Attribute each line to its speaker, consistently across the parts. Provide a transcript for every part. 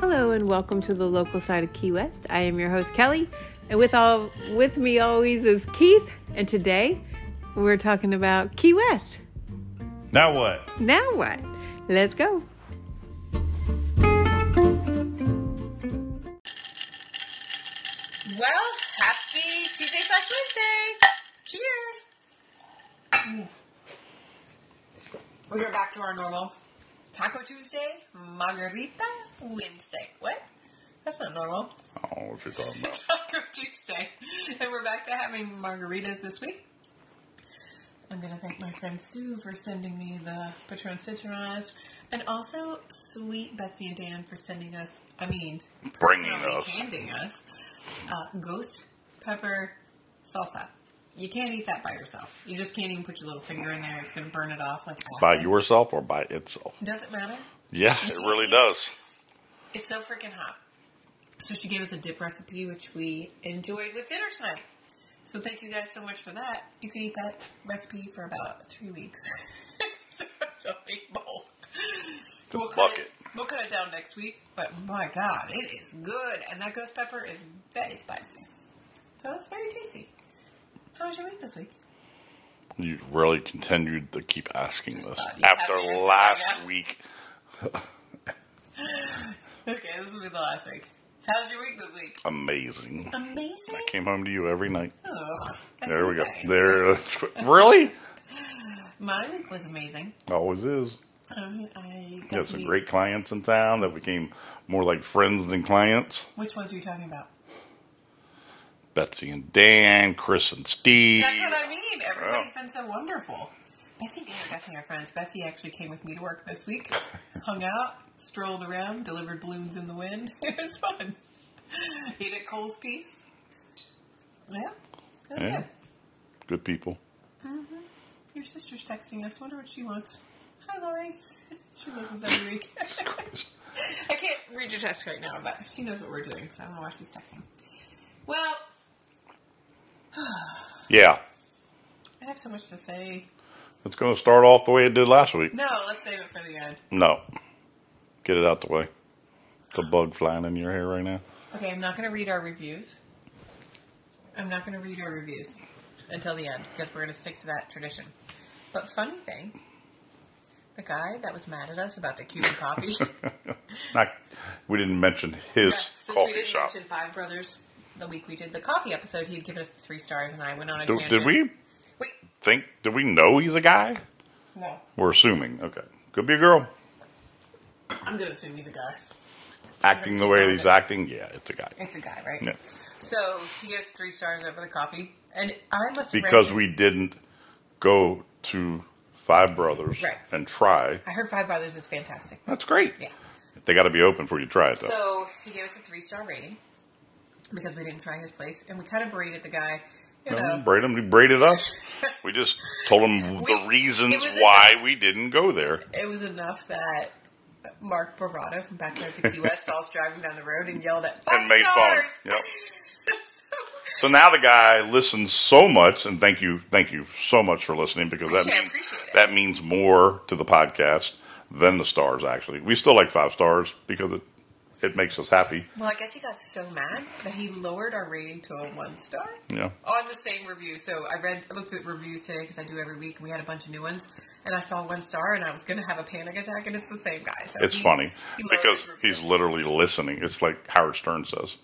Speaker 1: and welcome to the local side of Key West. I am your host Kelly, and with all with me always is Keith. And today we're talking about Key West.
Speaker 2: Now what?
Speaker 1: Now what? Let's go.
Speaker 3: Well, happy Tuesday slash Wednesday. Cheers. We're back to our normal Taco Tuesday, Margarita Wednesday. What? That's not normal.
Speaker 2: I don't know what you're talking about.
Speaker 3: Taco Tuesday. And we're back to having margaritas this week. I'm going to thank my friend Sue for sending me the Patron Citrons. And also, sweet Betsy and Dan for sending us, I mean,
Speaker 2: Bringing
Speaker 3: personally
Speaker 2: us.
Speaker 3: handing us uh, ghost pepper salsa. You can't eat that by yourself. You just can't even put your little finger in there. It's going to burn it off like
Speaker 2: By
Speaker 3: acid.
Speaker 2: yourself or by itself?
Speaker 3: Doesn't matter.
Speaker 2: Yeah, it really does.
Speaker 3: It's so freaking hot. So she gave us a dip recipe, which we enjoyed with dinner tonight. So thank you guys so much for that. You can eat that recipe for about three weeks. It's a big bowl. So we'll cut
Speaker 2: bucket.
Speaker 3: It, we'll cut it down next week. But my God, it is good, and that ghost pepper is very spicy. So it's very tasty. How was your week this week?
Speaker 2: You really continued to keep asking this
Speaker 3: thought you
Speaker 2: after
Speaker 3: had the answer by
Speaker 2: last
Speaker 3: now.
Speaker 2: week.
Speaker 3: Okay, this will be the last week. How's your week this week?
Speaker 2: Amazing.
Speaker 3: Amazing.
Speaker 2: I came home to you every night.
Speaker 3: Oh, I
Speaker 2: There we go.
Speaker 3: hate that.
Speaker 2: There. Really?
Speaker 3: My week was amazing.
Speaker 2: Always is.
Speaker 3: Um, I got
Speaker 2: Got
Speaker 3: to
Speaker 2: some
Speaker 3: meet-
Speaker 2: great clients in town that became more like friends than clients.
Speaker 3: Which ones are you talking about?
Speaker 2: Betsy and Dan, Chris and Steve.
Speaker 3: That's what I mean. Everybody's been so wonderful. Betsy and Dan are definitely our friends. Betsy actually came with me to work this week, hung out, strolled around, delivered balloons in the wind. It was fun. Ate at Cole's Piece. Yeah, that's
Speaker 2: Yeah.
Speaker 3: good.
Speaker 2: Good people.
Speaker 3: Your sister's texting us. Wonder what she wants. Hi, Lori. She listens every week. I can't read your text right now, but she knows what we're doing, so I don't know why she's texting. Well,
Speaker 2: Yeah.
Speaker 3: I have so much to say.
Speaker 2: It's going to start off the way it did last week.
Speaker 3: No, let's save it for the end.
Speaker 2: No. Get it out the way. The bug flying in your hair right now.
Speaker 3: Okay, I'm not going to read our reviews. I'm not going to read our reviews until the end because we're going to stick to that tradition. But funny thing, the guy that was mad at us about the Cuban coffee.
Speaker 2: Not, we didn't mention his
Speaker 3: since we
Speaker 2: coffee
Speaker 3: didn't
Speaker 2: shop.
Speaker 3: mention Five Brothers the week we did the coffee episode, he'd given us three stars, and I went on a
Speaker 2: Did,
Speaker 3: tangent.
Speaker 2: did we
Speaker 3: Wait,
Speaker 2: think? Did we know he's a guy?
Speaker 3: no.
Speaker 2: We're assuming. Okay, could be a girl.
Speaker 3: I'm going to assume he's a guy.
Speaker 2: Acting the way he's acting, yeah, it's a guy.
Speaker 3: It's a guy, right?
Speaker 2: Yeah.
Speaker 3: So he gives three stars over the coffee, and I must have read
Speaker 2: Because
Speaker 3: you-
Speaker 2: we didn't go to Five Brothers
Speaker 3: Right.
Speaker 2: and try.
Speaker 3: I heard Five Brothers is fantastic.
Speaker 2: That's great.
Speaker 3: Yeah.
Speaker 2: They got to be open for you to try it though.
Speaker 3: So he gave us a three star rating because we didn't try his place, and we kind of berated the guy. You
Speaker 2: No,
Speaker 3: know,
Speaker 2: braid 'em. You braided us. we just told him
Speaker 3: We-
Speaker 2: the reasons
Speaker 3: it was
Speaker 2: why we didn't go there.
Speaker 3: it was enough that Mark Bravado from Backyard to Key West saw us driving down the road and yelled at five
Speaker 2: And made fun.
Speaker 3: stars.
Speaker 2: Yep. So now the guy listens so much, and thank you, thank you so much for listening because that
Speaker 3: Actually, I
Speaker 2: means,
Speaker 3: appreciate it.
Speaker 2: that means more to the podcast than the stars. Actually, we still like five stars because it it makes us happy.
Speaker 3: well, I guess he got so mad that he lowered our rating to a one star
Speaker 2: Yeah,
Speaker 3: on the same review. So I read, I looked at reviews today because I do every week, and we had a bunch of new ones. And I saw one star, and I was going to have a panic attack, and it's the same guy. So
Speaker 2: it's
Speaker 3: he-
Speaker 2: funny
Speaker 3: he lowered
Speaker 2: because
Speaker 3: his review.
Speaker 2: he's literally listening. It's like Howard Stern says,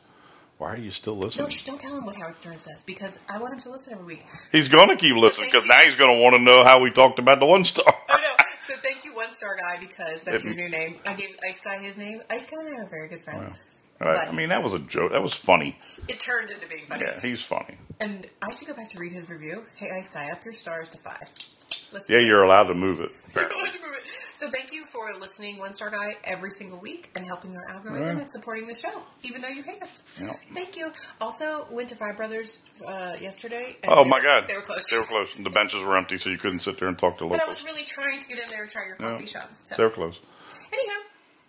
Speaker 2: "Why are you still
Speaker 3: No,
Speaker 2: listening?"
Speaker 3: just don't tell him what Howard Stern says because I want him to listen every week.
Speaker 2: He's gonna keep listening
Speaker 3: thank
Speaker 2: because
Speaker 3: you.
Speaker 2: now he's gonna want to know how we talked about the one star.
Speaker 3: Oh no! So thank you, One Star Guy, because that's
Speaker 2: It-
Speaker 3: your new name. I gave Ice Guy his name. Ice Guy and I are very good friends.
Speaker 2: I mean, that was a joke. That was funny.
Speaker 3: It turned into being funny.
Speaker 2: Yeah, he's funny.
Speaker 3: And I should go back to read his review. Hey, Ice Guy, up your stars to five. Let's
Speaker 2: Yeah,
Speaker 3: do it.
Speaker 2: you're allowed to move it.
Speaker 3: so thank you for listening, One Star Guy, every single week and helping our algorithm
Speaker 2: Yeah.
Speaker 3: and supporting the show, even though you hate us.
Speaker 2: Yeah.
Speaker 3: Thank you. Also, went to Five Brothers uh, yesterday. and
Speaker 2: Oh
Speaker 3: they
Speaker 2: my
Speaker 3: were-
Speaker 2: God!
Speaker 3: They were closed.
Speaker 2: They were close. The benches were empty, so you couldn't sit there and talk to
Speaker 3: But I
Speaker 2: locals.
Speaker 3: was really trying to get in there and try your
Speaker 2: Yeah.
Speaker 3: coffee shop. So.
Speaker 2: They were closed.
Speaker 3: Anywho,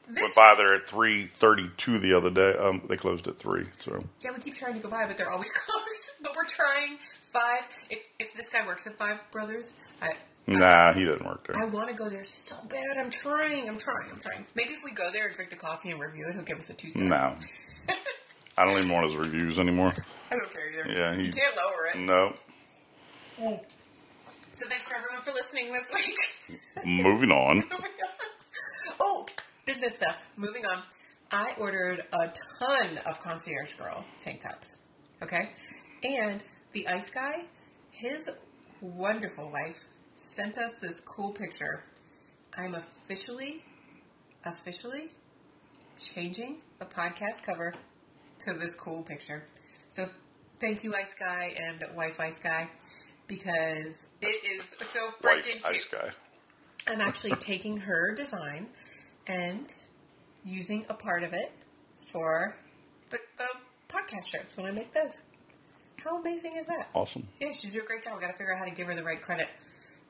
Speaker 3: this
Speaker 2: Went by there at three thirty-two the other day. Um, they closed at three. So
Speaker 3: yeah, we keep trying to go by, but they're always closed. But we're trying five. If if this guy works at Five Brothers, I
Speaker 2: Nah, he doesn't work
Speaker 3: I
Speaker 2: there.
Speaker 3: want to go there so bad. I'm trying. I'm trying. I'm trying. Maybe if we go there and drink the coffee and review it, he'll give us a two star.
Speaker 2: No. I don't even want his reviews anymore.
Speaker 3: I don't care either.
Speaker 2: Yeah, he- Mm.
Speaker 3: you can't lower it.
Speaker 2: No.
Speaker 3: So thanks for everyone for listening this week.
Speaker 2: Moving on.
Speaker 3: oh, business stuff. Moving on. I ordered a ton of Concierge Girl tank tops. Okay, and the ice guy, his wonderful wife, sent us this cool picture. I'm officially, officially changing the podcast cover to this cool picture. So thank you, Ice Guy and Wife Ice Guy, because it is so
Speaker 2: White
Speaker 3: freaking
Speaker 2: ice
Speaker 3: cute.
Speaker 2: guy.
Speaker 3: I'm actually taking her design and using a part of it for the, the podcast shirts when I make those. How amazing is that?
Speaker 2: Awesome.
Speaker 3: Yeah, she did a great job. We got to figure out how to give her the right credit.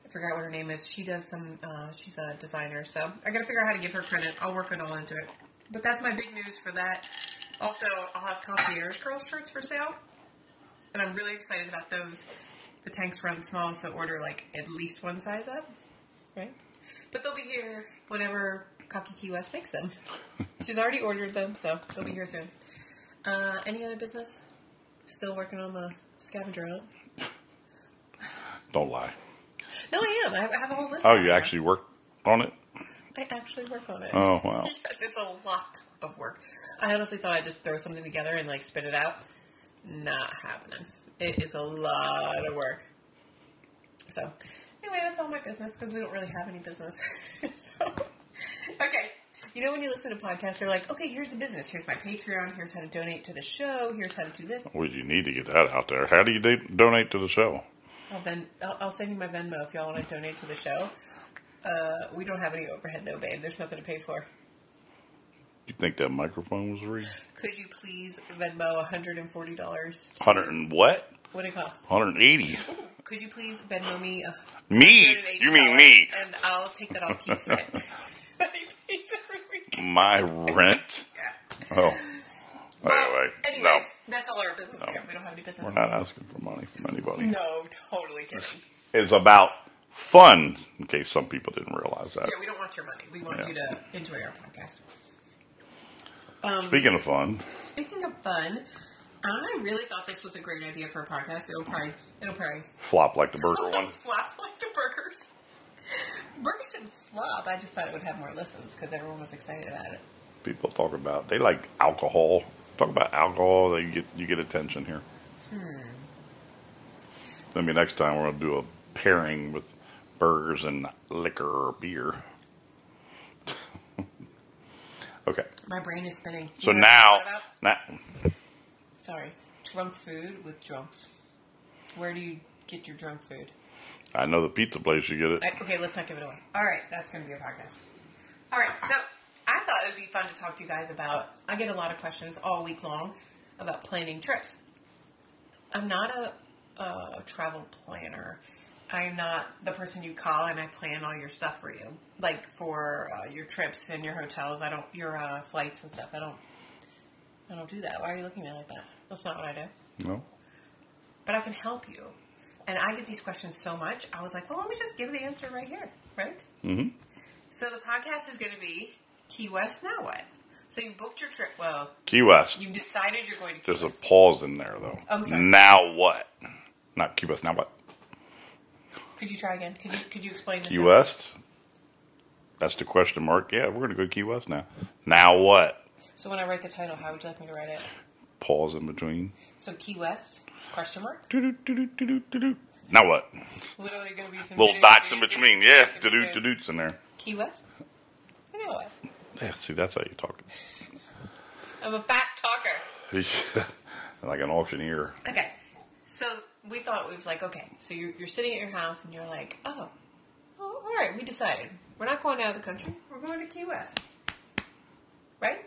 Speaker 3: I forgot what her name is. She does some. Uh, she's a designer, so I got to figure out how to give her credit. I'll work it all into it. But that's my big news for that. Also, I'll have concierge girl shirts for sale, and I'm really excited about those. The tanks run small, so order like at least one size up, right? But they'll be here whenever Cocky Key West makes them. She's already ordered them, so they'll be here soon. Uh, any other business? Still working on the scavenger hunt.
Speaker 2: Don't lie.
Speaker 3: No, I am. I have, I have a whole list.
Speaker 2: Oh, you actually worked on it?
Speaker 3: I actually work on it.
Speaker 2: Oh, wow.
Speaker 3: Yes, it's a lot of work. I honestly thought I'd just throw something together and like spit it out. Not happening. It is a lot of work. So, anyway, that's all my business because we don't really have any business. so, okay. You know, when you listen to podcasts, they're like, okay, here's the business. Here's my Patreon. Here's how to donate to the show. Here's how to do this.
Speaker 2: Well, you need to get that out there. How do you da- donate to the show?
Speaker 3: I'll, Ven- I'll, I'll send you my Venmo if y'all want to donate to the show. Uh, we don't have any overhead though, babe. There's nothing to pay for.
Speaker 2: You think that microphone was real?
Speaker 3: Could you please Venmo $140?
Speaker 2: 100 and what?
Speaker 3: What it cost?
Speaker 2: 180.
Speaker 3: Could you please Venmo me a
Speaker 2: Me? You mean me?
Speaker 3: And I'll take that off Keith's rent. He pays every week.
Speaker 2: My rent?
Speaker 3: Yeah.
Speaker 2: Oh. Anyway,
Speaker 3: But anyway,
Speaker 2: no.
Speaker 3: That's all our business. here. We don't have any business.
Speaker 2: We're not asking for money from anybody.
Speaker 3: No, totally kidding.
Speaker 2: It's about fun, in case some people didn't realize that.
Speaker 3: Yeah, we don't want your money. We want
Speaker 2: Yeah.
Speaker 3: you to enjoy our podcast.
Speaker 2: Speaking of fun,
Speaker 3: Speaking of fun, I really thought this was a great idea for a podcast. It'll probably, it'll probably
Speaker 2: flop like the burger one.
Speaker 3: flop like the burgers. Burgers shouldn't flop. I just thought it would have more listens because everyone was excited about it.
Speaker 2: People talk about they like alcohol. Talk about alcohol, they get you get attention here.
Speaker 3: Hmm.
Speaker 2: Maybe next time we're gonna do a pairing with burgers and liquor or beer. okay,
Speaker 3: My brain is spinning.
Speaker 2: so
Speaker 3: You know what I
Speaker 2: now,
Speaker 3: thought about?
Speaker 2: now
Speaker 3: sorry, drunk food with drunks. Where do you get your drunk food?
Speaker 2: I know the pizza place you get it.
Speaker 3: I, okay, let's not give it away. All right, that's going to be a podcast. All right, so I thought it would be fun to talk to you guys about. I get a lot of questions all week long about planning trips. I'm not a, a travel planner. I'm not the person you call and I plan all your stuff for you, like for uh, your trips and your hotels. I don't your uh, flights and stuff. I don't. I don't do that. Why are you looking at me like that? That's not what I do
Speaker 2: No,
Speaker 3: but I can help you. And I get these questions so much, I was like, well, let me just give the answer right here, right? Mm-hmm. So the podcast is going to be Key West Now What? So you've booked your trip. Well,
Speaker 2: Key West.
Speaker 3: you've decided you're going to Key
Speaker 2: There's a
Speaker 3: West.
Speaker 2: pause in there though.
Speaker 3: Oh, I'm sorry.
Speaker 2: Now what? Not Key West. Now what?
Speaker 3: Could you try again? Could you, could you explain this?
Speaker 2: Key West. That's the question mark. Yeah, we're gonna go Key West now. Now what?
Speaker 3: So when I write the title, how would you like me to write it?
Speaker 2: Pause in between.
Speaker 3: So Key West, question mark?
Speaker 2: Doo-doo-doo-doo-doo-doo-doo. Now what?
Speaker 3: What are there going to be? Some
Speaker 2: Little
Speaker 3: videos-
Speaker 2: dots in between. Yeah,
Speaker 3: Dots in
Speaker 2: doo
Speaker 3: between.
Speaker 2: doo doots in there.
Speaker 3: Key West? Now what?
Speaker 2: Yeah, see, that's how you talk.
Speaker 3: I'm a fast talker.
Speaker 2: like an auctioneer.
Speaker 3: Okay. So we thought we was like, okay, so you're, you're sitting at your house and you're like, oh, oh, all right, we decided we're not going out of the country. We're going to Key West, right?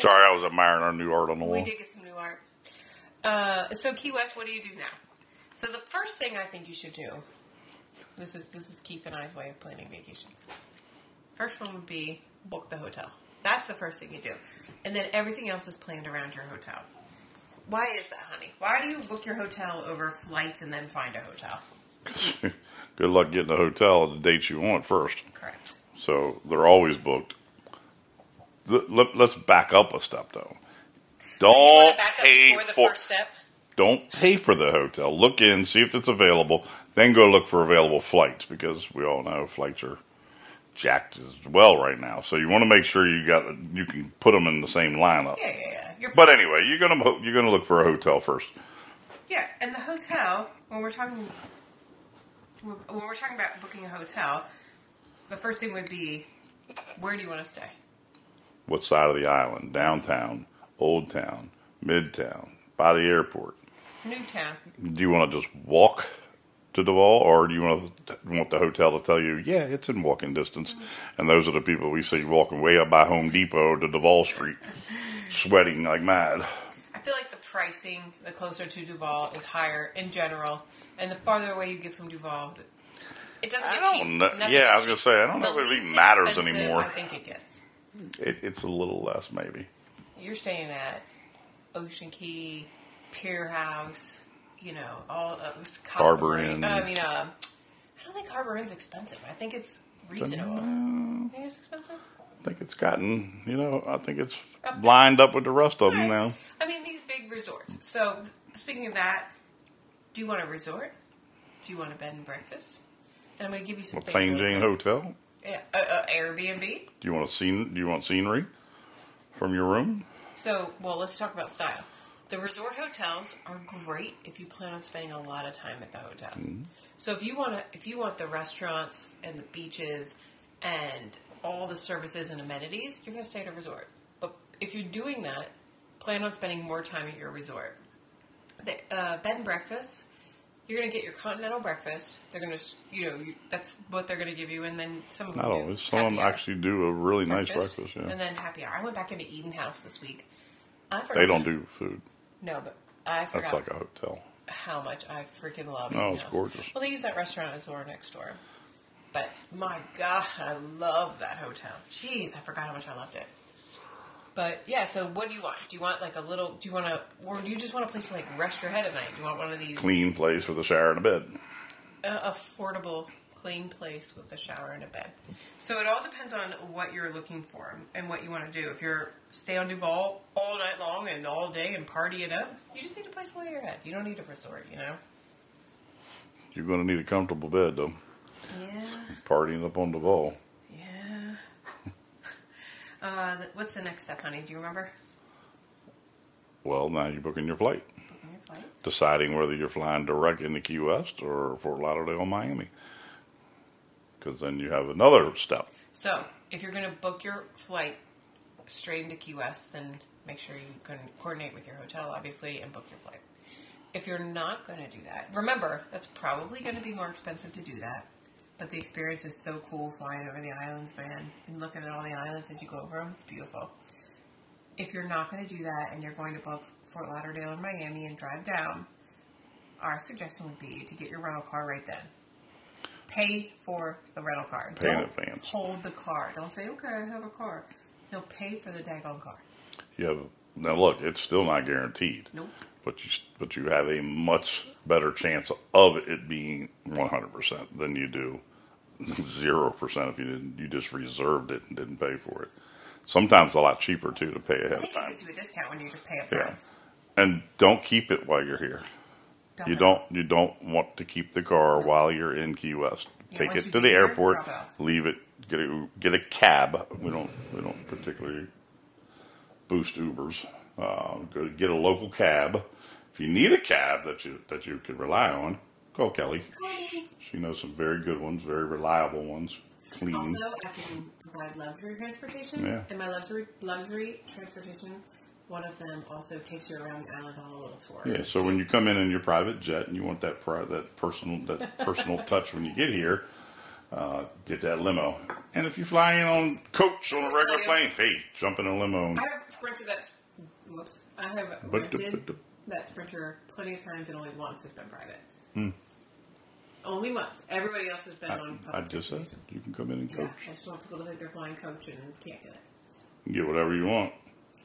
Speaker 2: Sorry, I was admiring our new art on the
Speaker 3: We
Speaker 2: wall.
Speaker 3: did get some new art. Uh, so Key West, what do you do now? So the first thing I think you should do. This is this is Keith and I's way of planning vacations. First one would be book the hotel. That's the first thing you do, and then everything else is planned around your hotel. Why is that, honey? Why do you book your hotel over flights and then find a hotel?
Speaker 2: Good luck getting a hotel at the dates you want first.
Speaker 3: Correct.
Speaker 2: So they're always booked. Th- let- Let's back up a step though. Don't
Speaker 3: Back up
Speaker 2: pay
Speaker 3: before the
Speaker 2: for
Speaker 3: first step.
Speaker 2: don't pay for the hotel. Look in, see if it's available, then go look for available flights because we all know flights are jacked as well right now. So you want to make sure you got you can put them in the same lineup.
Speaker 3: Yeah, yeah, yeah. You're
Speaker 2: But anyway, you're gonna mo- you're gonna look for a hotel first.
Speaker 3: Yeah, and the hotel, when we're talking when we're talking about booking a hotel, the first thing would be where do you want to stay?
Speaker 2: What side of the island? Downtown, Old Town, Midtown, by the airport.
Speaker 3: Newtown.
Speaker 2: Do you want to just walk to Duval, or do you want to want the hotel to tell you, yeah, it's in walking distance? And those are the people we see walking way up by Home Depot to Duval Street, sweating like mad.
Speaker 3: I feel like the pricing the closer to Duval is higher in general, and the farther away you get from Duval, it doesn't
Speaker 2: I
Speaker 3: get
Speaker 2: don't
Speaker 3: cheap.
Speaker 2: know-
Speaker 3: Nothing
Speaker 2: yeah, I
Speaker 3: gets
Speaker 2: was gonna
Speaker 3: cheap.
Speaker 2: say, I don't know
Speaker 3: The
Speaker 2: if it really
Speaker 3: least
Speaker 2: matters
Speaker 3: expensive,
Speaker 2: anymore.
Speaker 3: I think it gets.
Speaker 2: It, it's a little less, maybe.
Speaker 3: You're staying at Ocean Key, Pier House, you know, all of this
Speaker 2: Harbor Inn.
Speaker 3: I mean, uh, I don't think Harbor Inn's expensive. I think it's reasonable.
Speaker 2: Mm-hmm.
Speaker 3: You think it's expensive?
Speaker 2: uh, I think it's gotten, you know, I think it's lined up with the rest of them now.
Speaker 3: I mean, these big resorts. So, speaking of that, do you want a resort? Do you want a bed and breakfast? And I'm going to give you some
Speaker 2: A plain
Speaker 3: things.
Speaker 2: Jane hotel.
Speaker 3: Yeah, uh, uh, Airbnb.
Speaker 2: Do you want a scene? Do you want scenery from your room?
Speaker 3: So, well, let's talk about style. The resort hotels are great if you plan on spending a lot of time at the hotel.
Speaker 2: Mm-hmm.
Speaker 3: So, if you want to, if you want the restaurants and the beaches and all the services and amenities, you're going to stay at a resort. But if you're doing that, plan on spending more time at your resort. The uh, bed and breakfasts, you're going to get your continental breakfast. They're going to, you know, you, that's what they're going to give you, and then some of them
Speaker 2: Not
Speaker 3: do
Speaker 2: always. Some of them
Speaker 3: happy hour
Speaker 2: actually do a really nice breakfast. Yeah,
Speaker 3: and then happy hour. I went back into Eden House this week. I forgot,
Speaker 2: they don't do food.
Speaker 3: no, but I forgot
Speaker 2: That's like a hotel.
Speaker 3: how much I freaking love.
Speaker 2: No,
Speaker 3: Eden
Speaker 2: it's
Speaker 3: House.
Speaker 2: gorgeous.
Speaker 3: Well, they use that restaurant as our next door, but my god, I love that hotel. Jeez, I forgot how much I loved it. But yeah, so what do you want? Do you want like a little? Do you want to, or do you just want a place to like rest your head at night? Do you want one of these
Speaker 2: Clean place with a shower and a bed.
Speaker 3: uh, affordable, clean place with a shower and a bed. So it all depends on what you're looking for and what you want to do. If you're stay on Duval all night long and all day and party it up, you just need a place to lay your head. You don't need a resort, you know.
Speaker 2: You're going to need a comfortable bed though.
Speaker 3: Yeah,
Speaker 2: Partying up on the ball.
Speaker 3: yeah. Uh, th- what's the next step, honey? Do you remember?
Speaker 2: Well, now you're booking your flight,
Speaker 3: Booking your flight.
Speaker 2: deciding whether you're flying direct into Key West or Fort Lauderdale, Miami. Because then you have another step.
Speaker 3: So, if you're going to book your flight straight into Key West, then make sure you can coordinate with your hotel, obviously, and book your flight. If you're not going to do that, remember that's probably going to be more expensive to do that. But the experience is so cool flying over the islands, man, and looking at all the islands as you go over them. It's beautiful. If you're not going to do that and you're going to book Fort Lauderdale and Miami and drive down, our suggestion would be to get your rental car right then. Pay for the rental car.
Speaker 2: Pay in
Speaker 3: Don't
Speaker 2: advance.
Speaker 3: Hold the car. Don't say, okay, I have a car. No, pay for the daggone car.
Speaker 2: You have now look. It's still not guaranteed.
Speaker 3: Nope.
Speaker 2: But you but you have a much better chance of it being 100 percent than you do zero percent if you didn't you just reserved it and didn't pay for it. Sometimes it's a lot cheaper too to pay
Speaker 3: I
Speaker 2: ahead of
Speaker 3: think it
Speaker 2: time.
Speaker 3: gives you a discount when you just pay up front.
Speaker 2: Yeah. And don't keep it while you're here. You don't you don't want to keep the car while you're in Key West.
Speaker 3: Yeah,
Speaker 2: Take
Speaker 3: once
Speaker 2: it
Speaker 3: you
Speaker 2: to
Speaker 3: get
Speaker 2: the
Speaker 3: here,
Speaker 2: airport,
Speaker 3: drop it off.
Speaker 2: leave it, get a get a cab. We don't we don't particularly boost Ubers. Uh, go get a local cab. If you need a cab that you that you can rely on, call Kelly.
Speaker 3: Kelly.
Speaker 2: She knows some very good ones, very reliable ones, clean.
Speaker 3: Also, I can provide luxury transportation.
Speaker 2: Yeah.
Speaker 3: And my luxury luxury transportation, one of them also takes you around the island on a little tour.
Speaker 2: Yeah, so when you come in in your private jet and you want that pri- that personal that personal touch when you get here, uh, get that limo. And if you fly in on coach on a regular
Speaker 3: Yeah.
Speaker 2: plane, hey, jump in a limo. And
Speaker 3: I have rented that. Whoops. I have
Speaker 2: But-
Speaker 3: rented
Speaker 2: but-
Speaker 3: that Sprinter plenty of times, and only once has been private. Only once. Everybody else has been on.
Speaker 2: Hmm. I, I just said you can come in and
Speaker 3: Yeah,
Speaker 2: coach,
Speaker 3: I just want people to think they're flying coach and can't get it.
Speaker 2: and get whatever you want.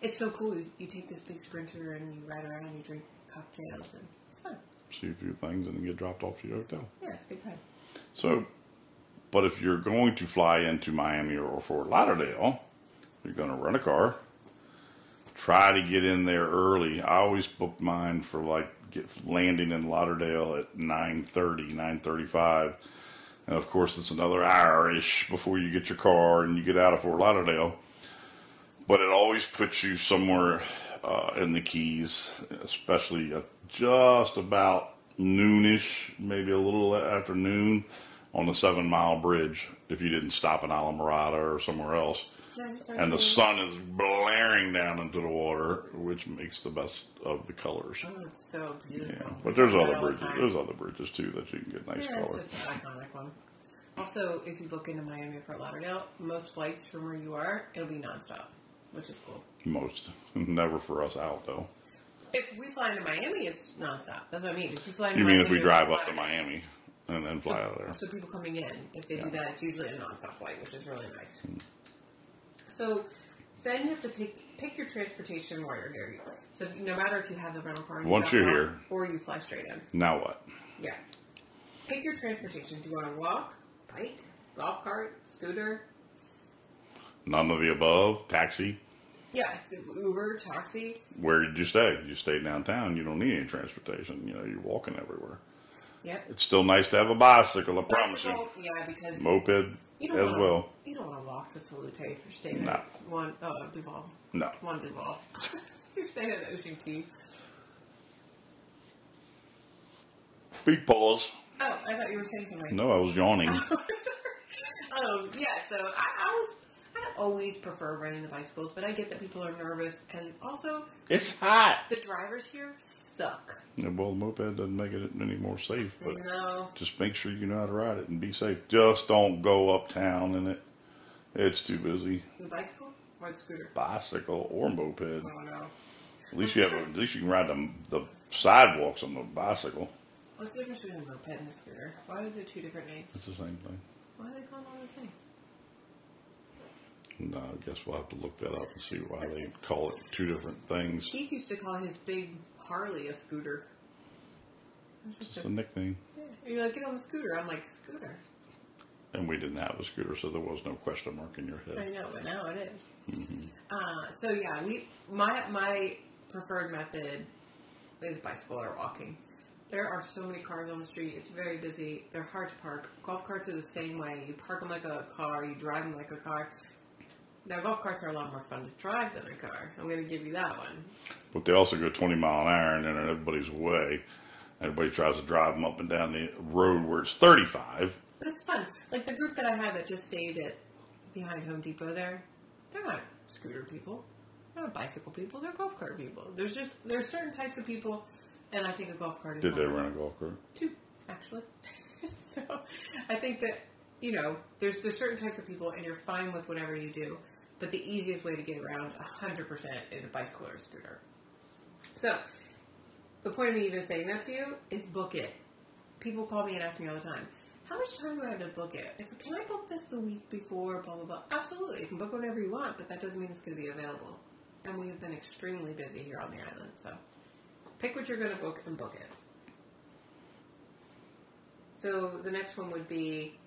Speaker 3: It's so cool. You, you take this big Sprinter and you ride around and you drink cocktails, and it's fun.
Speaker 2: See a few things and then get dropped off to your hotel.
Speaker 3: Yeah, it's a good time.
Speaker 2: So, but if you're going to fly into Miami or Fort Lauderdale, you're going to rent a car. Try to get in there early. I always book mine for like get, landing in Lauderdale at 9:30, 9:35. And of course, it's another hour ish before you get your car and you get out of Fort Lauderdale. But it always puts you somewhere uh, in the Keys, especially uh, just about noonish, maybe a little after noon, on the Seven Mile Bridge if you didn't stop in Isla Mirada or somewhere else. And the sun is blaring down into the water, which makes the best of the colors.
Speaker 3: Oh, it's so beautiful.
Speaker 2: Yeah, but there's
Speaker 3: That
Speaker 2: other
Speaker 3: all
Speaker 2: bridges.
Speaker 3: the time.
Speaker 2: There's other bridges too that you can get nice
Speaker 3: Yeah, it's
Speaker 2: color.
Speaker 3: just an iconic one. Also, if you book into Miami or Fort Lauderdale, most flights from where you are, it'll be nonstop, which is cool.
Speaker 2: Most never for us out though.
Speaker 3: If we fly into Miami, it's nonstop. That's what I mean. If you fly into
Speaker 2: You mean if
Speaker 3: Miami
Speaker 2: we
Speaker 3: or
Speaker 2: drive
Speaker 3: Fort
Speaker 2: up to
Speaker 3: Lauderdale-
Speaker 2: Miami and then fly out of there?
Speaker 3: So people coming in, if they do
Speaker 2: Yeah. Hmm.
Speaker 3: that, it's usually a nonstop flight, which is really nice. So then you have to pick pick your transportation while you're here. So no matter if you have the rental car, and you
Speaker 2: Once
Speaker 3: drop
Speaker 2: you're
Speaker 3: off,
Speaker 2: here.
Speaker 3: or you fly straight in.
Speaker 2: Now what?
Speaker 3: Yeah. Pick your transportation. Do you want to walk, bike, golf cart, scooter?
Speaker 2: None of the above. Taxi.
Speaker 3: Yeah, Uber, taxi.
Speaker 2: Where did you stay? You stayed downtown. You don't need any transportation. You know, you're walking everywhere.
Speaker 3: Yep.
Speaker 2: It's still nice to have a bicycle. I promise you.
Speaker 3: Bicycle, Yeah, because
Speaker 2: Moped
Speaker 3: you
Speaker 2: as
Speaker 3: don't wanna,
Speaker 2: well.
Speaker 3: You don't want to walk to Salute if you're staying
Speaker 2: No.
Speaker 3: at one uh, Duval.
Speaker 2: No.
Speaker 3: One Duval. you're staying at Ocean Key.
Speaker 2: Big pause.
Speaker 3: Oh, I thought you were saying something.
Speaker 2: No, I was yawning.
Speaker 3: um, yeah, so I, I was. I always prefer riding the bicycles, but I get that people are nervous, and also
Speaker 2: it's hot.
Speaker 3: the drivers here suck.
Speaker 2: Yeah, well, the moped doesn't make it any more safe, but.
Speaker 3: You know,
Speaker 2: just make sure you know how to ride it and be safe. Just don't go uptown in it. It's too busy.
Speaker 3: the bicycle or the scooter.
Speaker 2: Bicycle or moped.
Speaker 3: I don't know.
Speaker 2: At least you have. A, at least you can ride the, the sidewalks on the bicycle.
Speaker 3: What's the difference between a moped and a scooter? Why is it two different names?
Speaker 2: It's the same thing.
Speaker 3: Why are they called all the same?
Speaker 2: No, I guess we'll have to look that up and see why they call it two different things.
Speaker 3: Keith used to call his big Harley a scooter.
Speaker 2: It's a nickname,
Speaker 3: Yeah. You're like, get on the scooter. I'm like, scooter.
Speaker 2: and we didn't have a scooter, so there was no question mark in your
Speaker 3: I
Speaker 2: head.
Speaker 3: know, but now it is. Uh, so yeah, we my my preferred method is bicycle or walking. There are so many cars on the street. It's very busy. They're hard to park. Golf carts are the same way. You park them like a car. You drive them like a car. Now golf carts are a lot more fun to drive than a car. I'm going to give you that one.
Speaker 2: But they also go 20 mile an hour, and then everybody's way. Everybody tries to drive them up and down the road where it's 35.
Speaker 3: But it's fun. Like the group that I had that just stayed at behind Home Depot there, they're not scooter people. They're not bicycle people. They're golf cart people. There's just there's certain types of people, and I think a golf cart is
Speaker 2: Did
Speaker 3: one
Speaker 2: they
Speaker 3: of them.
Speaker 2: rent a golf cart?
Speaker 3: Two actually. so I think that you know there's there's certain types of people, and you're fine with whatever you do. But the easiest way to get around 100% is a bicycle or a scooter. So the point of me even saying that to you is book it. People call me and ask me all the time, how much time do I have to book it? If, can I book this the week before? Blah blah blah. Absolutely, you can book whatever you want, but that doesn't mean it's going to be available. And we have been extremely busy here on the island, so pick what you're going to book and book it. So the next one would be,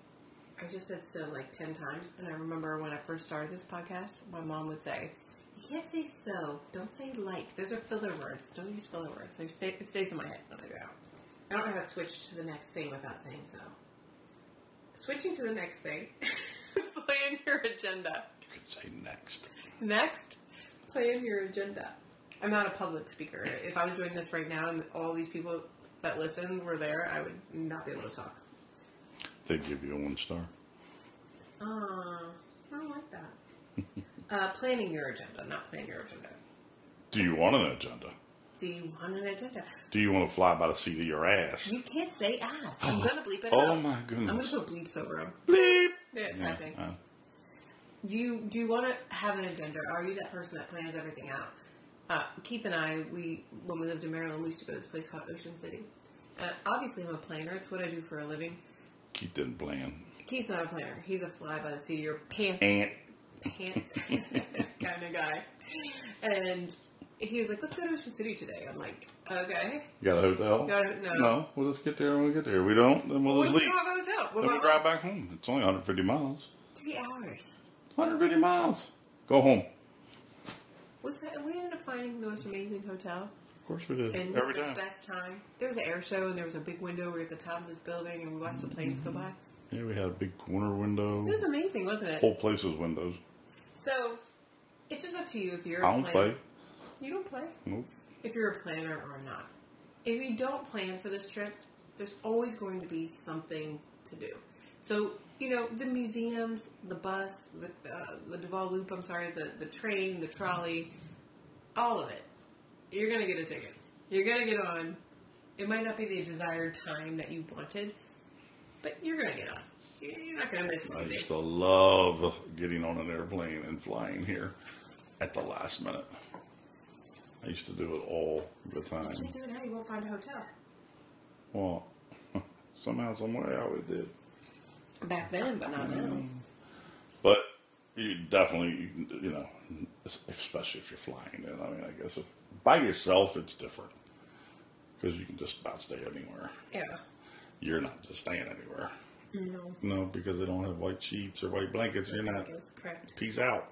Speaker 3: I just said so like ten times, and I remember when I first started this podcast, my mom would say, "You can't say so. Don't say like. Those are filler words. Don't use filler words. They stay, it stays in my head when I go out. I don't know how to switch to the next thing without saying so. Switching to the next thing. plan your agenda.
Speaker 2: You could say next.
Speaker 3: Next, plan your agenda. I'm not a public speaker. If I was doing this right now and all these people that listen were there, I would not be able to talk.
Speaker 2: They give you a one star.
Speaker 3: Oh, I don't like that. uh, planning your agenda, not planning your agenda.
Speaker 2: Do you want an agenda?
Speaker 3: Do you want an agenda?
Speaker 2: Do you want to fly by the seat of your ass?
Speaker 3: You can't say ass. I'm gonna bleep it out.
Speaker 2: Oh my
Speaker 3: I'm
Speaker 2: goodness.
Speaker 3: gonna put bleeps over them.
Speaker 2: Bleep.
Speaker 3: Yeah, it's my thing.
Speaker 2: uh,
Speaker 3: Do you do you want to have an agenda? Are you that person that plans everything out? Uh, Keith and I, we when we lived in Maryland, we used to go to this place called Ocean City. Uh, obviously, I'm a planner. It's what I do for a living.
Speaker 2: Keith didn't plan.
Speaker 3: Keith's not a planner. He's a fly by the seat of your pants.
Speaker 2: Ant.
Speaker 3: pants kind of guy. And he was like, let's go to Ocean City today. I'm like, okay.
Speaker 2: You got a hotel?
Speaker 3: Got it, no.
Speaker 2: No, we'll just get there when we get there. We don't, then we'll
Speaker 3: What
Speaker 2: just
Speaker 3: if we
Speaker 2: leave.
Speaker 3: don't have a hotel? What
Speaker 2: Then we
Speaker 3: about
Speaker 2: drive back home. It's only 150 miles.
Speaker 3: three hours?
Speaker 2: 150 miles. Go home.
Speaker 3: What's that? We ended up finding the most amazing hotel
Speaker 2: Of course we did.
Speaker 3: and
Speaker 2: Every
Speaker 3: the
Speaker 2: time.
Speaker 3: best time. There was an air show and there was a big window. We were at the top of this building and we watched the planes go by.
Speaker 2: Yeah, we had a big corner window.
Speaker 3: It was amazing, wasn't it?
Speaker 2: Whole place was windows.
Speaker 3: So it's just up to you if you're.
Speaker 2: I
Speaker 3: a
Speaker 2: don't
Speaker 3: planner.
Speaker 2: play.
Speaker 3: You don't play.
Speaker 2: Nope.
Speaker 3: If you're a planner or not. If you don't plan for this trip, there's always going to be something to do. So you know the museums, the bus, the uh, the Duval Loop. I'm sorry, the the train, the trolley, all of it. You're gonna get a ticket. You're gonna get on. It might not be the desired time that you wanted, but you're gonna get on. You're you're not gonna miss
Speaker 2: I
Speaker 3: anything.
Speaker 2: used to love getting on an airplane and flying here at the last minute. I used to do it all the
Speaker 3: If you
Speaker 2: time.
Speaker 3: do it now, you won't find a hotel.
Speaker 2: Well, somehow, somewhere, I always did.
Speaker 3: Back then, but not now.
Speaker 2: But you definitely, you know, especially if you're flying. Then I mean, I guess if, by yourself, it's different because you can just about stay anywhere.
Speaker 3: Yeah.
Speaker 2: You're not just staying anywhere.
Speaker 3: No.
Speaker 2: No, because they don't have white sheets or white blankets. You're not.
Speaker 3: That's correct.
Speaker 2: Peace out.